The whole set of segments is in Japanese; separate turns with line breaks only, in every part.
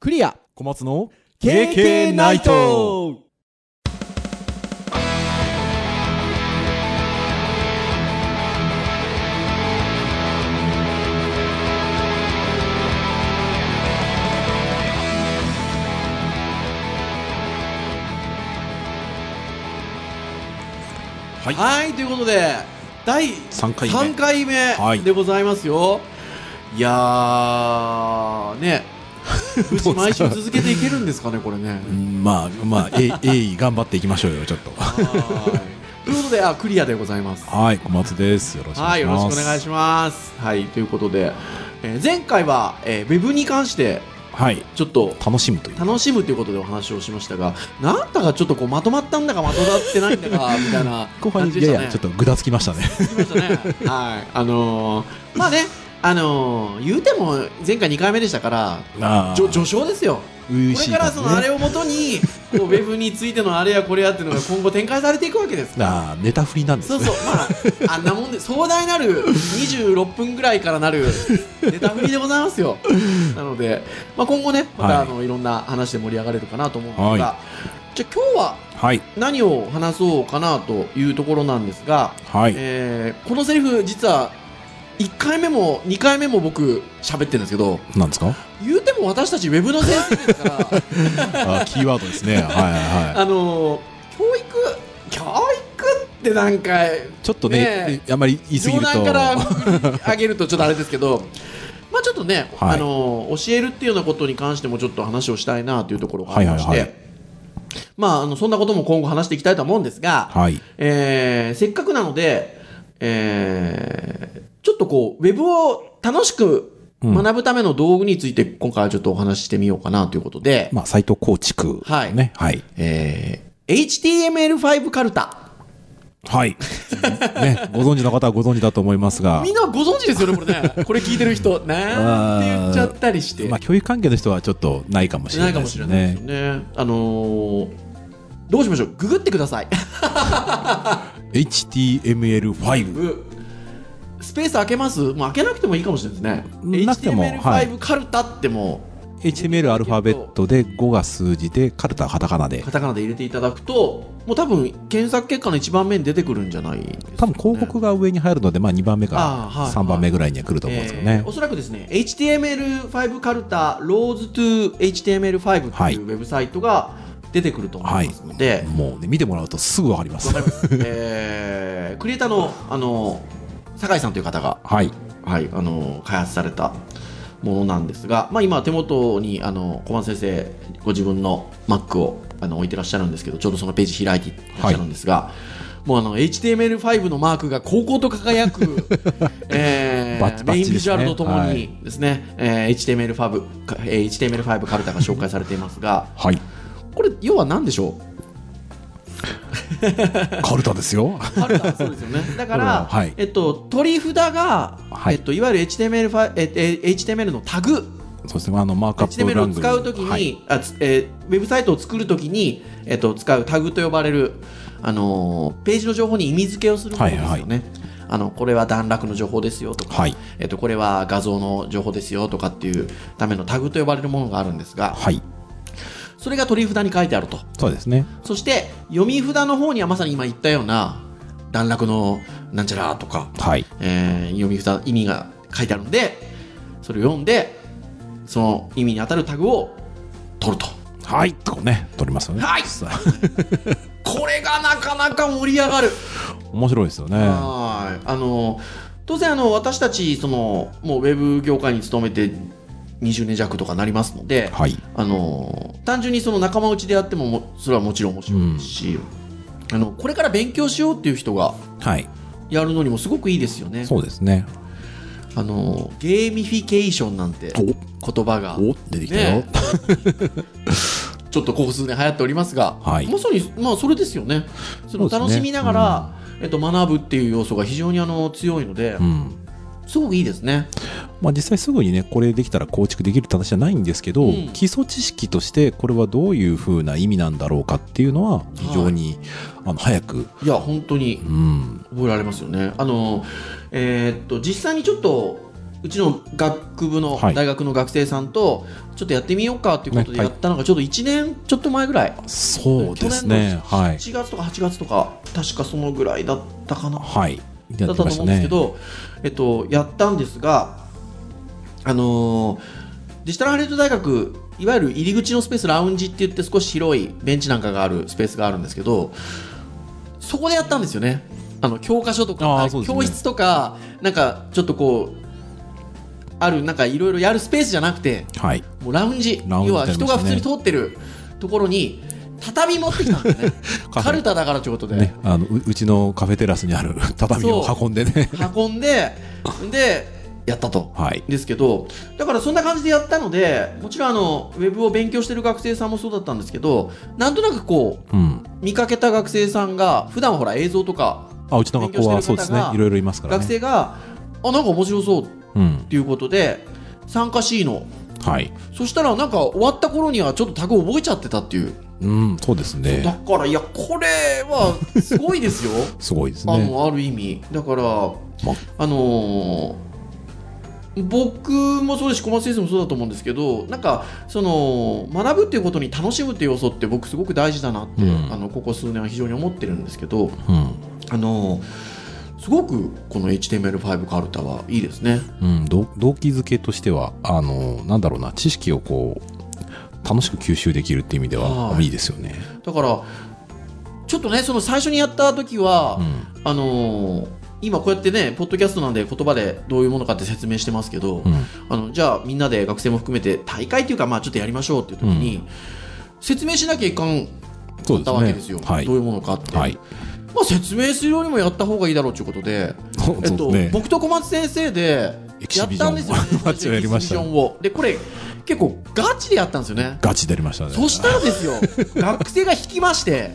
クリア
小松の
KK ナイト
はい
はいということで第
3回目
3回
は
目
い
でございますよ、い、やー ねうち毎週続けていけるんですかねこれね
うんまあまあえ鋭意頑張っていきましょうよちょっと
はいということであクリアでございます
はい小松ですよろしくお
は
願い
い、
し
よ
ま
ろ
す
しくお願いします。はい、ということで、えー前回は、えー、ウェブに関して、
はい
ちょっと
楽しむという
楽しむということでお話をしましたが、なんだかちょっとこうまとまったんだかまとまってないんだ か、みたいな
後半
感じで
に
したね。
ややちょっとぐだつきました ね
聞きましたね。はい。あのーまあね、あのー言うても前回2回目でしたから、
ああ
じょ序章ですよ。これからそのあれをもとに、こうウェブについてのあれやこれやっていうのが今後展開されていくわけですから
ああネタ振りなんです
そ
ね
うそう、まあ、あんなもんで、壮大なる26分ぐらいからなるネタ振りでございますよ。なので、まあ、今後ね、また、
はい
い、あのいろんな話で盛り上がれるかなと思うんですが、
はい
じゃあ今日は
はい
何を話そうかなというところなんですが、
はい
えーこのセリフ、実は1回目も2回目も僕、喋ってるんですけど、
なんですか
言うても私たち、ウェブの先生ですから。
あキーワードで すねはいはいは
あのー教育教育ってなんか
いちょっとねあんまり言い過ぎ
冗
ると
談から上げるとちょっとあれですけど まあちょっとね、
はい
あのー教えるっていうようなことに関してもちょっと話をしたいなというところがありまして、
はいはいは
まああのそんなことも今後話していきたいと思うんですが、
はい
えーせっかくなので、えーちょっとこうウェブを楽しく学ぶための道具について今回はちょっとお話ししてみようかなということで、
まあサイト構築
はい
ねはい
えー HTML5 カルタ。
はい。ね、ご存知の方はご存知だと思います が
み、んなご存知ですよね、こ れね。これ聞いてる人。なんて言っちゃったりして。
まあ、教育関係の人はちょっとないかもしれ
な
な
か
いいで
もし
す
れないで
ね
すよ。ね。あのー、どうしましょう。ググってください。
HTML5。
スペース開けますもう開けなくてもいいかもしれないですね。
なくても
HTML5、
はい
カルタっても
HTML アルファベットで5が数字で、カルタはカタカナ
う、
で
カ。タカナで入れていただくと、もう多分、検索結果の一番目に出てくるんじゃないですかね
多分広告が上に入るので、まあ2番目
あ
か
ーはい
3番目ぐらいには来ると思うんですけどね
えーお。そらくですね HTML5 カルタ Rose to HTML5 と
は
いう
い
ウェブサイトが出てくると思いますので、
もうね、見てもらうとすぐわかります
わ。かります、 えークリエイターのあの酒井さんという方が、
はい。
はい、あの開発されたものなんですが、まあ、今手元にあの小松先生ご自分の Mac をあの置いてらっしゃるんですけどちょうどそのページ開いていらっしゃるんですが、もうあの HTML5 のマークが高校と輝 く、えー
バッチバ
メ
ッチ
イン
ですね
ビジュアルととも
は
に
い
ですね、えー HTML5 かえー HTML5 カルタが紹介されていますが
はい。
これ要は何でしょう
カルタで すよ。
カルタそうですよね。だから、
うんはい
えっと取り札が、
はい
えっといわゆる HTML ファイええ HTML のタグ、
そして、あの、マークアップ
HTML を
番組。
使うときに、
はい
あつえーウェブサイトを作るときにえっと使うタグと呼ばれるあのーページの情報に意味付けをするものですよね。
はい
あのこれは段落の情報ですよとか、
はい
えっとこれは画像の情報ですよとかっていうためのタグと呼ばれるものがあるんですが、
はい。
それが取り札に書いてあると。
そうですね。
そして読み札の方にはまさに今言ったような段落のなんちゃらとか、
はい。
えー読み札意味が書いてあるんでそれを読んでその意味に当たるタグを取ると
はい。とね、取りますよね。
はい これがなかなか盛り上がる、
面白いですよね。
はーいあの当然あの私たちそのもうウェブ業界に勤めて20年弱とかなりますので、
はい。
あの単純にその仲間内でやってももそれはもちろん面白いですし、あのこれから勉強しようっていう人が
はい。
やるのにもすごくいいですよね
そうですね。
あのゲーミフィケーションなんて言葉が
お出てきたよ。
ねちょっとここ数年流行っておりますが、
はい
まさに、まあ、それですよねその
そうですね
楽しみながら、えっと、学ぶっていう要素が非常にあの強いので、
うん。
すごくいいですね
まあ、実際すぐにねこれできたら構築できるって話じゃないんですけど、
うん
基礎知識としてこれはどういうふうな意味なんだろうかっていうのは非常に、あの早く、
いや本当に
うん、
覚えられますよねあのえーっと実際にちょっとうちの学部の
はい
大学の学生さんとちょっとやってみようかということで
ねは
や
い
ったのがちょうど1年ちょっと前ぐらい
そうですね。はい。
7月とか8月とか確かそのぐらいだったかな
はい。や
だっ
っ
たと
て
思
まし
う
た
んです
ね
け。ど、えっと、やったんですが、あのーデジタルハリウッド大学いわゆる入り口のスペースラウンジって言って少し広いベンチなんかがあるスペースがあるんですけどそこでやったんですよねあの教科書と
あ
か、
ーそうですね
教室とかなんかちょっとこうあるなんかいろいろやるスペースじゃなくて
はい。
もうラウンジ
ラウンジ
要は
ってあり
人
ま
が
したね
普通に通ってるところに畳持ってきたんだよね
カフェ
カルタだからということで、
ね、あのううちのカフェテラスにある 畳を
そう
運んでね。
運んででやったと
はい。
ですけどだからそんな感じでやったのでもちろんあのウェブを勉強してる学生さんもそうだったんですけどなんとなくこう
うん。
見かけた学生さんが普段はほら映像とか
あうちの学校はそうですね
勉強してる方が。
いろいろいますから
学
ね。
生が、あなんか面白そうっ
うん。
ていうことで参加しいの
はい。
そしたらなんか終わった頃にはちょっとタグ覚えちゃってたっていう、
うん。そうです
だ
ね。
からいやこれはすごいですよ
すごいです
あ
ね。
のある意味だから、
ま
あのー僕もそうですし小松先生もそうだと思うんですけどなんかその学ぶっていうことに楽しむっていう要素って僕すごく大事だなって、
うん
あのここ数年は非常に思ってるんですけど、
うん。
あのーすごくこの HTML5 カルタはいいですね。
うん、ど動機づけとしてはあのなんだろうな知識をこう楽しく吸収できるっていう意味では
はい
いいですよね。
だからちょっとねその最初にやった時は、
うん
あのー今こうやってねポッドキャストなんで言葉でどういうものかって説明してますけど、
うん
あのじゃあみんなで学生も含めて大会というか、まあ、ちょっとやりましょうっていう時に、説明しなきゃいかん
そ
かったわけですよ
はい
どういうものかって、
はい。
まあ、説明するよりもやった方がいいだろうということで、
そう
えっ
そ
と
うですね。
僕と小松先生で
エキ
や
シ
っ
ビジョン
たんですよね
マッチをやりました
エキシビジョンをでこれ結構ガチでやったんですよね
ガチでやりましたね。
そしたらです よ学生が引きまして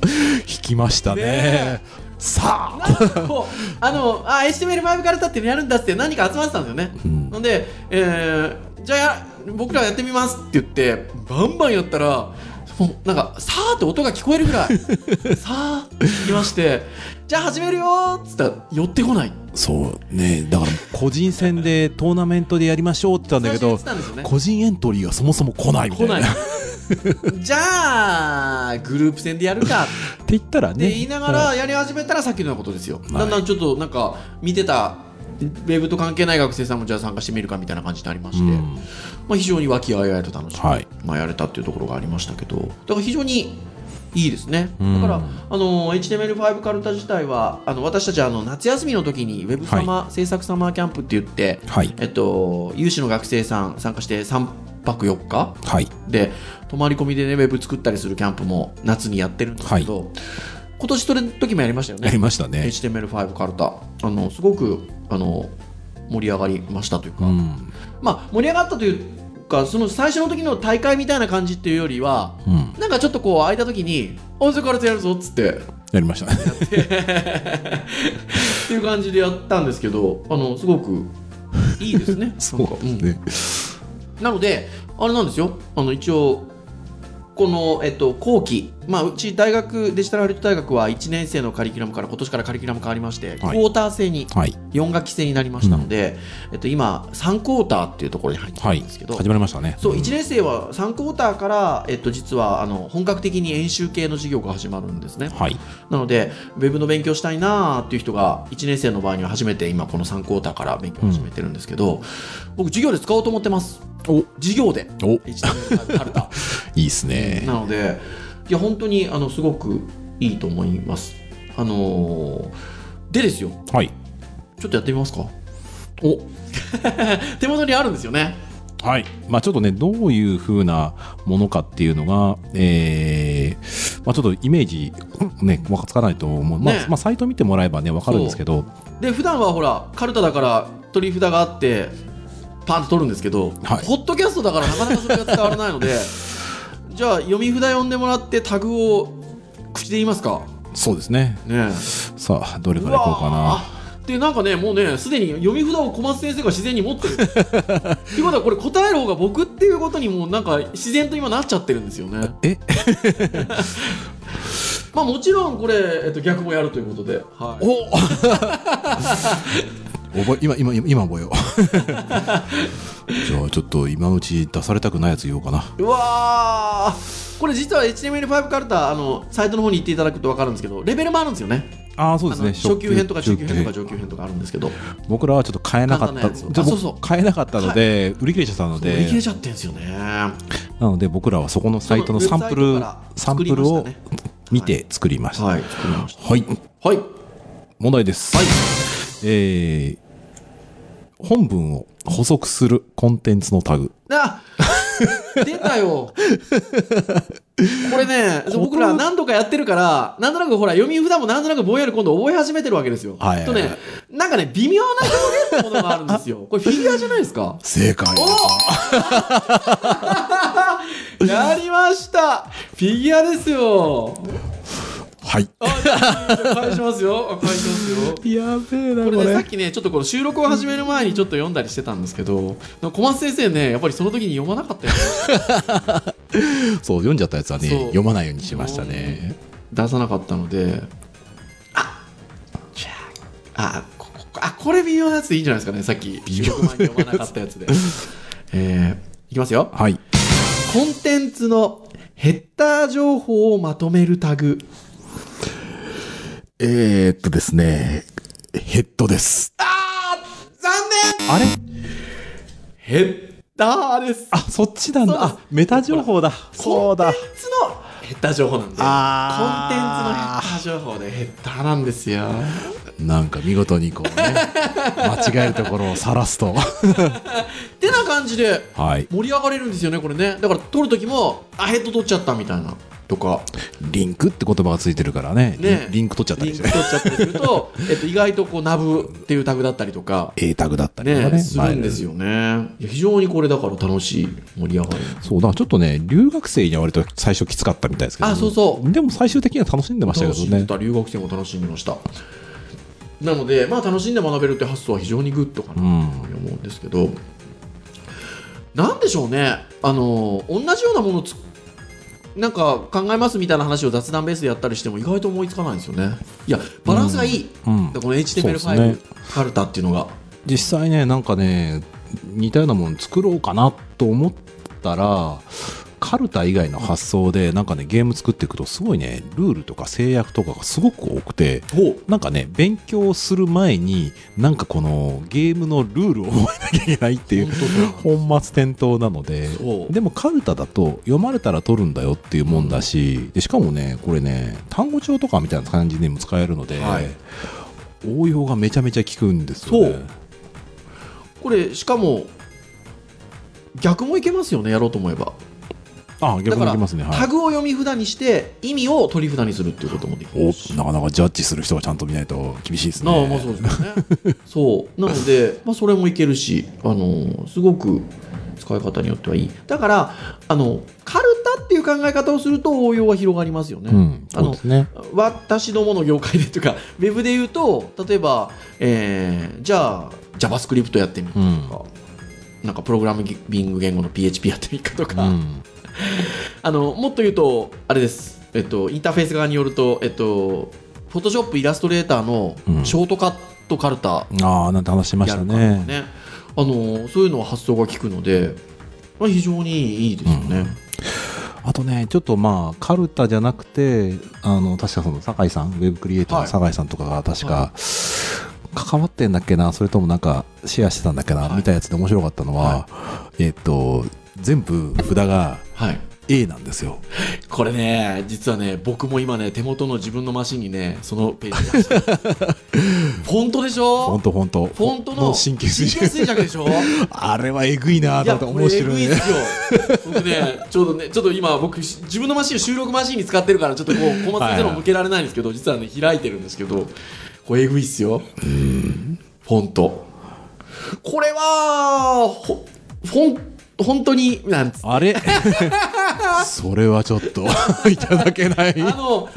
引きましたね。
ね
さあ、
なんかこうあのあ HTML5 から立ってやるんだっつって何か集まってたんですよね、
うん
なんで、えーじゃあや僕らやってみますって言ってバンバンやったらもうなんかさーって音が聞こえるぐらい さーって聞きましてじゃあ始めるよーっつったら寄ってこない
そうね。だから個人戦でトーナメントでやりましょうって言ったんだけ
最初に言
ど
って、たんですよね
個人エントリーがそもそも来ないみた
来
い
な
な。
い じゃあグループ戦でやるか
って言ったら
で
ね。
言いながらやり始めたらさっきのようなことですよ、
い
だんだんちょっとなんか見てたウェブと関係ない学生さんもじゃあ参加してみるかみたいな感じになりまして、
うん
まあ、非常に和気あいあいと楽しく、
はい
まあ、やれたっていうところがありましたけどだから非常にいいですね、
うん
だからあの HTML5 カルタ自体はあの私たちあの夏休みの時にウェブサマー、制作サマーキャンプって言って、
はい
えっと、有志の学生さん参加して3泊4日
はい
で泊まり込みでねウェブ作ったりするキャンプも夏にやってるんですけど、今年それの時もやりましたよ
やり
ね
ましたね。
HTML5 カルタあのすごくあの盛り上がりましたというか、
うん
まあ盛り上がったというかその最初の時の大会みたいな感じっていうよりは
うん
なんかちょっとこう空いた時に「音声カルタやるぞ」っつって
やりましたね。
っていう感じでやったんですけどあのすごくいいです ね
そうですね。
なので、あれなんですよ、あの一応、この、えっと、後期、まあ、うち大学、デジタルハリウッド大学は1年生のカリキュラムから、今年からカリキュラム変わりまして、クォ
はい
ーター制に、
はい
4学期制になりましたので、えっと、今、3クォーターっていうところに入ってる
はい
んですけど、
始まりましたね。
そう1年生は3クォーターから、えっと、実はあの本格的に演習系の授業が始まるんですね。
はい。
なので、ウェブの勉強したいなーっていう人が、1年生の場合には初めて今、この3クォーターから勉強を始めてるんですけど、僕、授業で使おうと思ってます。
お
授業で。
おい
HTML5 カルタ
いですね
な。のでいや本当にあのすごくいいと思いますあのーでですよ
はい。
ちょっとやってみますか
お
手元にあるんですよね
はい。まあちょっとね、どういう風なものかっていうのが、えー、まあちょっとイメージ、ね、わかつかないと思う。まあ、
ね
まあサイト見てもらえばね、わかるんですけど、
で普段はほらカルタだから取り札があってパンと取るんですけど、
はい
ホットキャストだからなかなかそれが使われないの でじゃあ読み札読んでもらってタグを口で言いますか
そうですね。
ね
さあ、どれ
え
からいこうか
わ
な。
ーでなんかねもうねすでに読み札を小松先生が自然に持っ てるっていうことはこれ答える方が僕っていうことにもうなんか自然と今なっちゃってるんですよね
え
まあもちろんこれ、えっと、逆もやるということで、はい、
お 覚え今今今今覚えよう じゃあちょっと今のうち出されたくないやつ言おうかな
うわーこれ実は HTML5 カルタあのサイトの方に行っていただくと分かるんですけどレベルもあるんですよね
ああそう
あ
です
の
ね
初級編とか中級編とか上級編とかあるんですけど
僕らはちょっと買えなかっ
簡単な
た
やつを
じゃあ僕
あそうそう
買えなかったので、売り切れちゃったの
売り切
で
れちゃってんですよね
なので僕らはそこのサイトのサンプ
そのウ
ル
ェブサイトから
サ
作
ンプ
りま
ル
した
を
ね
見て作りました
はい作りまし
はい、
たはい
問題です、
はい
えー本文を補足するコンテンツのタグ
あ出たよこれね僕ら何度かやってるからなんとなくほら読み札もなんとなくぼんやり今度覚え始めてるわけですよ、
はいはいはい
とねなんかね微妙な表現ってものがあるんですよこれフィギュアじゃないですか
正解
おやりましたフィギュアですよ
はい
返しますよ返しますよ
やべえな
これねさっきねちょっとこの収録を始める前にちょっと読んだりしてたんですけどなんか小松先生ねやっぱりその時に読まなかったよね
そう読んじゃったやつはね
そう
読まないようにしましたね
出さなかったのであじゃああここあこれ微妙なやつでいいんじゃないですかねさっき収録前に読まなかったやつでえー、いきますよ
はい
コンテンツのヘッダー情報をまとめるタグ
えー、っとですねヘッドです
あー残念
あれ
ヘッダーです
あそっちなんだ
そう
あメタ情報だそうだ
コンテンツのヘッダー情報なんでコンテンツのヘ
あー
ッダー情報でヘッダーなんですよ
なんか見事にこう ね間違えるところをさらすと
てな感じで
はい
盛り上がれるんですよねこれねだから撮る時もあヘッド取っちゃったみたいなとか
リンクって言葉がついてるからね
ね
リンリンク取っちゃった
リ
り
ン
し
ク
て
取っちゃったりする と、えっと、意外とこうナブっていうタグだったりとか
A タグだったりとか
ね
ね
するんですよねいや非常にこれだから楽しい盛り上がる
そうだちょっとね留学生には割と最初きつかったみたいですけど
あそうそう
でも最終的には楽しんでました
楽
け
し
どね
んだ留学生も楽しんでましたなのでまあ楽しんで学べるって発想は非常にグッドか
う
なと
ん
思うんですけど、なんでしょうねあの同じようなものつなんか考えますみたいな話を雑談ベースでやったりしても意外と思いつかないんですよねいやバランスがいい、
うん
この
そうですね
HTML5 カルタっていうのが
実際ねなんかね似たようなもの作ろうかなと思ったらカルタ以外の発想でなんかねゲーム作っていくとすごいねルールとか制約とかがすごく多くて
ほう
なんかね勉強する前になんかこのゲームのルールを覚えなきゃいけないっていう本末転倒なので
そう
でもカルタだと読まれたら取るんだよっていうもんだしでしかもねこれね単語帳とかみたいな感じにも使えるので、
はい
応用がめちゃめちゃ効くんですよね
そうこれしかも逆もいけますよねやろうと思えば
あ
だ
逆に
か
行
ら
きますねは
タ
い
グを読み札にして意味を取り札にするっていうこともでき
お
るし
なかなかジャッジする人がちゃんと見ないと厳しいですね
なあまあそうですよね そうなの で、まあ、それもいけるし、あのすごく使い方によってはいいだからあのカルタっていう考え方をすると応用は広がりますよね、
うん
あ
そう
の
ですね
私どもの業界でというか ウェブで言うと例えば、えーじゃあ JavaScript やってみるとか、なんかプログラミング言語の PHP やってみるかと
う
か、
ん
あのもっと言うとあれです、えっと、インターフェース側によると、えっと、Photoshop イラストレーターの
うん
ショートカットカルタ
ああなんて話してまし
や
た
るからね,、
ね
あのそういうのは発想が効くので、まあ、非常にいいですよね、
あとねちょっとまあカルタじゃなくてあの確かその酒井さんウェブクリエイターの酒井さんとかが確か、
は
関わってんだっけなそれともなんかシェアしてたんだっけな、
はい
みたいなやつで面白かったのは、えっと全部札が
はい、
A なんですよ
これね実はね僕も今ね手元の自分のマシンにねそのページ出してる フォントでしょ
本当本当
フォントの
神経衰
神経
弱
衰弱でしょ
あれはえぐいないと
や
思
こ
って
れえ
面白
ぐ
い
い
ね
ですよ僕ねちょうどねちょっと今僕し自分のマシンを収録マシンに使ってるからちょっとこう小松先生の
はい
向けられないんですけど実はね開いてるんですけどこれえぐいっすよフォントこれはほフォン本当になんつ
あれ それはちょっと いただ けない
あの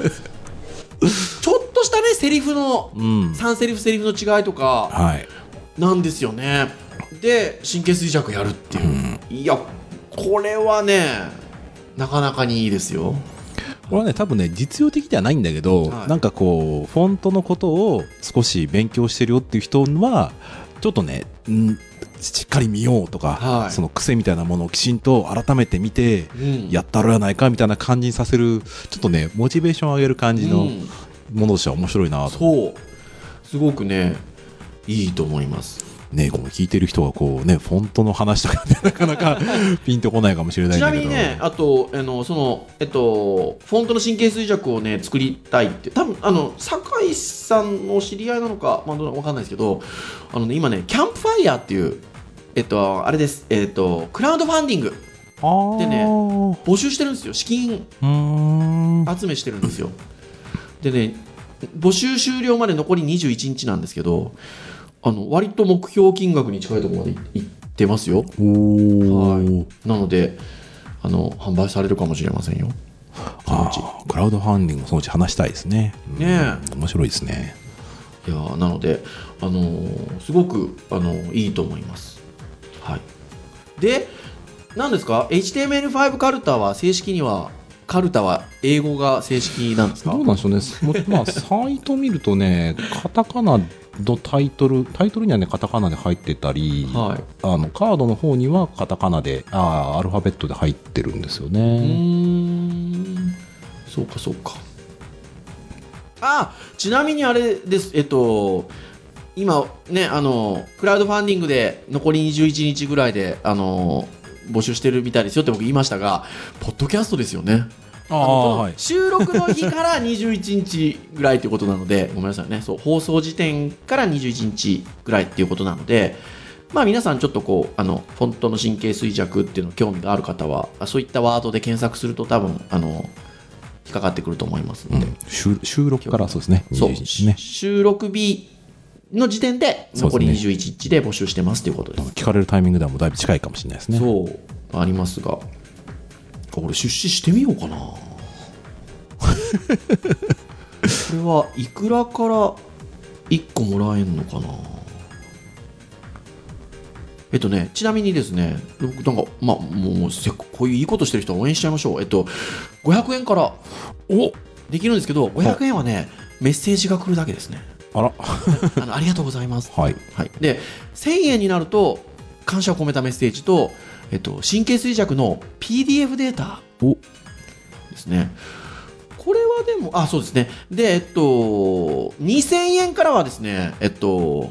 ちょっとしたねセリフの、
ん
3セリフセリフの違いとか
はい
なんですよねで神経衰弱やるっていう、いやこれはねなかなかにいいですよ
これはね多分ね実用的ではないんだけど、
はい
なんかこうフォントのことを少し勉強してるよっていう人はちょっとねんしっかり見ようとか、
はい
その癖みたいなものをきちんと改めて見て、
うん
やったろやないかみたいな感じにさせるちょっとねモチベーションを上げる感じ
う
の
ん
ものとしては面白いなと、
そうすごくねいいと思います
ねこの聞いてる人はこうねフォントの話とかね なか なかピンとこないかもしれない
ち
ん
な
だけ
み
ど
にねあとあのそのえっとフォントの神経衰弱をね作りたいって多分あの酒井さんのお知り合いなのかまあどうなのかわかんないですけどあのね今ねキャンプファイヤーっていうえっとあれですえっとクラウドファンディング
あー
でね
う
募集してるんですよ資金
ーん
集めしてるんですよでね募集終了まで残り21日なんですけどあの割と目標金額に近いところまでいいってますよ
お
は
ー
いなのであの販売されるかもしれませんよ
あークラウドファンディングそのうち話したいですね。うん
ね
面白いですね。
いやーなので、あのーすごく、あのーいいと思います。はい、で、なんですか、HTML5 カルタは正式には、カルタは英語が正式なんですか
どうなんでしょうね。もうまあ、サイト見るとね、カタカナのタイトル、タイトルにはね、カタカナで入ってたり、
はい、
あのカードの方にはカタカナで、あーアルファベットで入ってるんですよ
う
ね。
ーん、そうか、そうか。あちなみにあれです、えっと、今ね、あの、クラウドファンディングで残り21日ぐらいで、あの、募集してるみたいですよって僕言いましたが、ポッドキャストですよね。
あ
あ
あ
の
はい。
収録の日から21日ぐらいということなので、ごめんなさいね、そう放送時点から21日ぐらいっていうことなので、まあ、皆さん、ちょっとこうあのフォントの神経衰弱っていうの興味がある方は、あそういったワードで検索すると、多分あの引っかかってくると思います
う
ので、
ん、収収録からそうですね。
そう
21日ね。
収録日の時点で残り21日で募集してますということです。
聞かれるタイミングではもうだいぶ近いかもしれないですね。
そうありますが俺出資してみようかなこれはいくらから1個もらえんのかなえっとね、ちなみにですね、僕なんか、まあ、もう、せっかこういういいことしてる人は応援しちゃいましょう。えっと、500円から、おできるんですけど、500円はね、メッセージが来るだけですね。
あら、
あのありがとうございます。
はい。
はい、で1000円になると感謝を込めたメッセージと、えっと、神経衰弱の PDF データ
お
ですねこれはでもあそうですねでえっと2000円からはですねえっと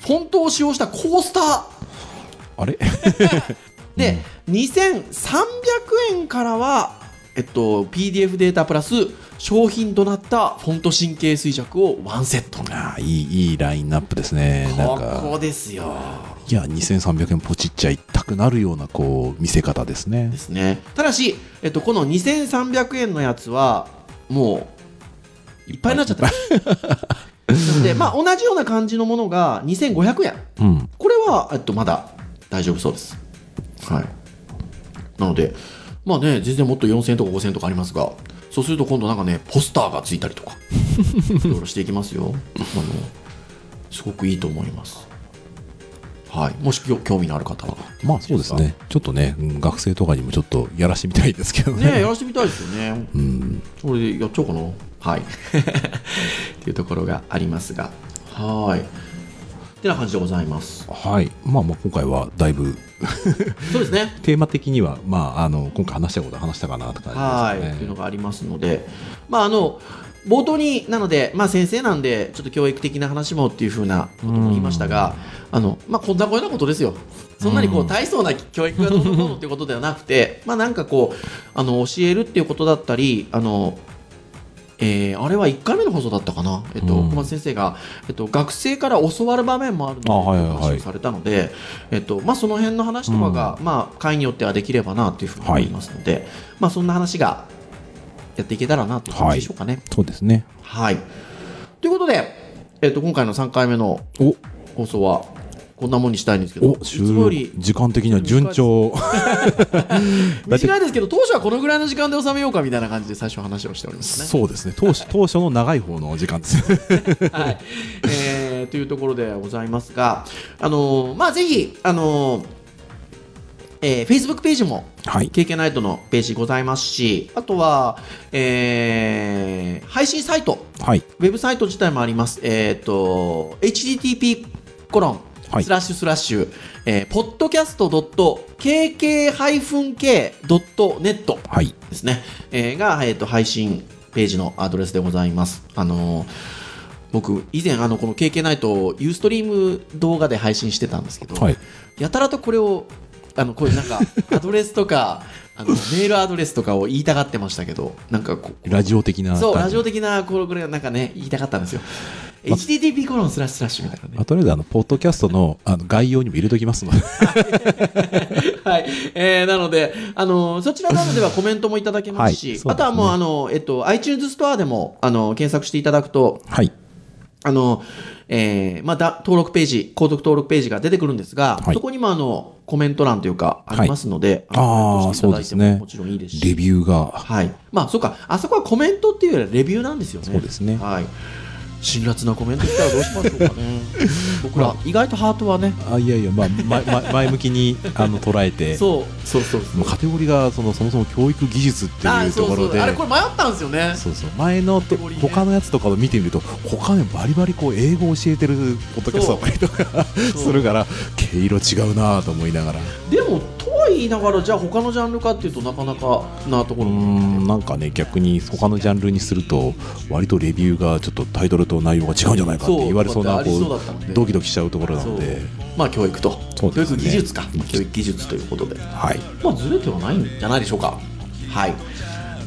フォントを使用したコースター
あれ
で、2300円からは、えっと、PDF データプラス商品となったフォント神経衰弱をワンセット
あーいいいいラインナップですね。なん
こ
か
こですよ
いや、2300円ポチっちゃいたくなるような、こう、見せ方ですね
で。すねただし、えっと、この2300円のやつはもういっぱいになっちゃ ったなので、まあ、同じような感じのものが2500円
うん。
これは、えっと、まだ大丈夫そうですはいなのでまあね全然もっと4000とか5000とかありますがそうすると今度なんかねポスターがついたりと かいろいろしていきますよあのすごくいいと思いますはいもし興味のある方は
まあそうですね。ちょっとね、うん学生とかにもちょっとやらしてみたいですけどね。
ねやらしてみたいですよね。それでやっちゃおうかな。はい。っていうところがありますが。はい。ってな感じでございます。
はい。まあまあ今回はだいぶ、
そうですね。
テーマ的には、まあ、あの、今回話したことは話したかなって感
は
じ
い。
です
っていう
ね。
のがありますので、まああの、冒頭に、なので、まあ先生なんで、ちょっと教育的な話もっていうふうなことも言いましたが、あの、まあこんなこういうようなことですよ。そんなにこう、大層な教育がどうのこうのっていうことではなくて、まあなんかこう、あの、教えるっていうことだったり、あの、えーあれは1回目の放送だったかな、えっと
うん
小松先生が、えっと、学生から教わる場面もあるので
あはいはいはい
話をされたので、えっとまあ、その辺の話とかが、まあ、会によってはできればなというふうに思いますので、まあ、そんな話がやっていけたらなという感じでしょうかね。
そうですね。
はいということで、えっと、今回の3回目の
お
放送はこんなもんにしたいんですけどい
お、
つ
終
もよ
了
り。
時間的には順調。 だって
短いですけど当初はこのぐらいの時間で収めようかみたいな感じで最初話をしておりますね。
そうですね。当初、当初の長い方の時間です。
はい、えーというところでございますが、あのーまあ、ぜひ、あのーえー、Facebook ページも、
はい
経験ナイトのページございますし、あとは、えー配信サイト、
はい
ウェブサイト自体もあります。えっ、と、http コロン、
はい
スラッシュスラッシュ、えー、podcast.kk-k.net
はい
ですね、えーが、えーと、配信ページのアドレスでございます。あのー僕、以前、あの、この KK ナイトをユーストリーム動画で配信してたんですけど、
はい
やたらとこれを、あの、こういうなん か、アドレスとか、あのメールアドレスとかを言いたがってましたけど、なんかこう、
ラジオ的な
そう、
感じ
ラジオ的な、これ、これがなんかね、言いたかったんですよ。
ま
http コロンスラッシュスラッシュみたいなね
まあ、。とりあえずあのポッドキャストのあの概要にも入れときますので
はい。えー、なので、あのーそちらなどで はコメントもいただけますし、
はいそうですね
あとはもう、あの、えっと、iTunes ストアでも、あの、検索していただくと、
はい
あの、えー、まあだ、登録ページ、購読登録ページが出てくるんですが、
はい
そこにも、あの、コメント欄というか、ありますので、
は
の
いあ
コ
ー
メントしていただいても
そうですね
もちろんいいですし。
レビューが
はい。まあ、そうか、あそこはコメントっていうよりはレビューなんですよね。
そうですね
はい。辛辣なコメント来たらどうしましょうか ね。僕ら、意外とハートはね、
あいやいや、まあ、ま ま前向きにあの捉えて
そう、そうそうそう
もうカテゴリーがそのそもそも教育技術って
あ
いう
そ
ところ
うそう
で
あれこれ迷ったんですよね
そうそう前のと
カテゴリーね
他のやつとかを見てみると他のバリバリこう英語を教えてるポッドキャストばっかりとか
そう
するから毛色違うなぁと思いながら
でもとは言いながらじゃあ他のジャンルかっていうとなかなかなところ
う
も
んなんかね逆に他のジャンルにすると割とレビューがちょっとタイトルと内容が違うんじゃないかって言われそう
そうだっ
な
てありそう
こ
だったもんね
ドキドキしちゃうところな
そ
ん
う
で
まあ教育と、
そう
教
です
育
ね
技術か教育技術ということで
はい
まあずれてはないんじゃないでしょうかはい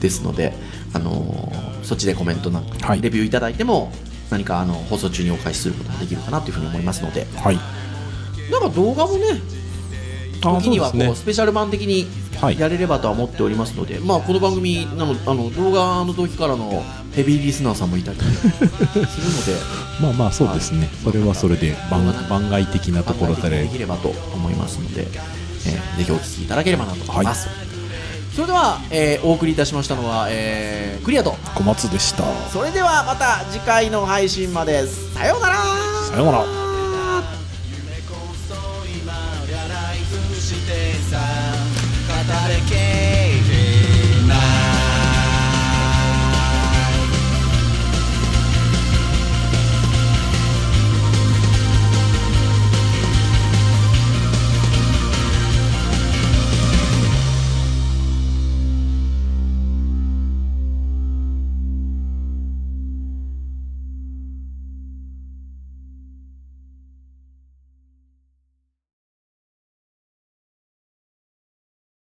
ですのであのーそっちでコメントなんか、
はい
レビューいただいても何かあの放送中にお返しすることができるかなというふうに思いますので
はい
なんか動画もね時にはこうスペシャル版的に
はい
やれればとは思っておりますので、まあ、この番組なのあの動画の時からのヘビーリスナーさんもいたりするので
まあまあそうですねそれはそれで番番外的なところ
考えて
で
できればと思いますので、えーぜひお聞きいただければなと思います、それでは、えーお送りいたしましたのは、えークリアと
小松でした
それではまた次回の配信までさようなら
さようなら
細いマリアライフしてさ語れけ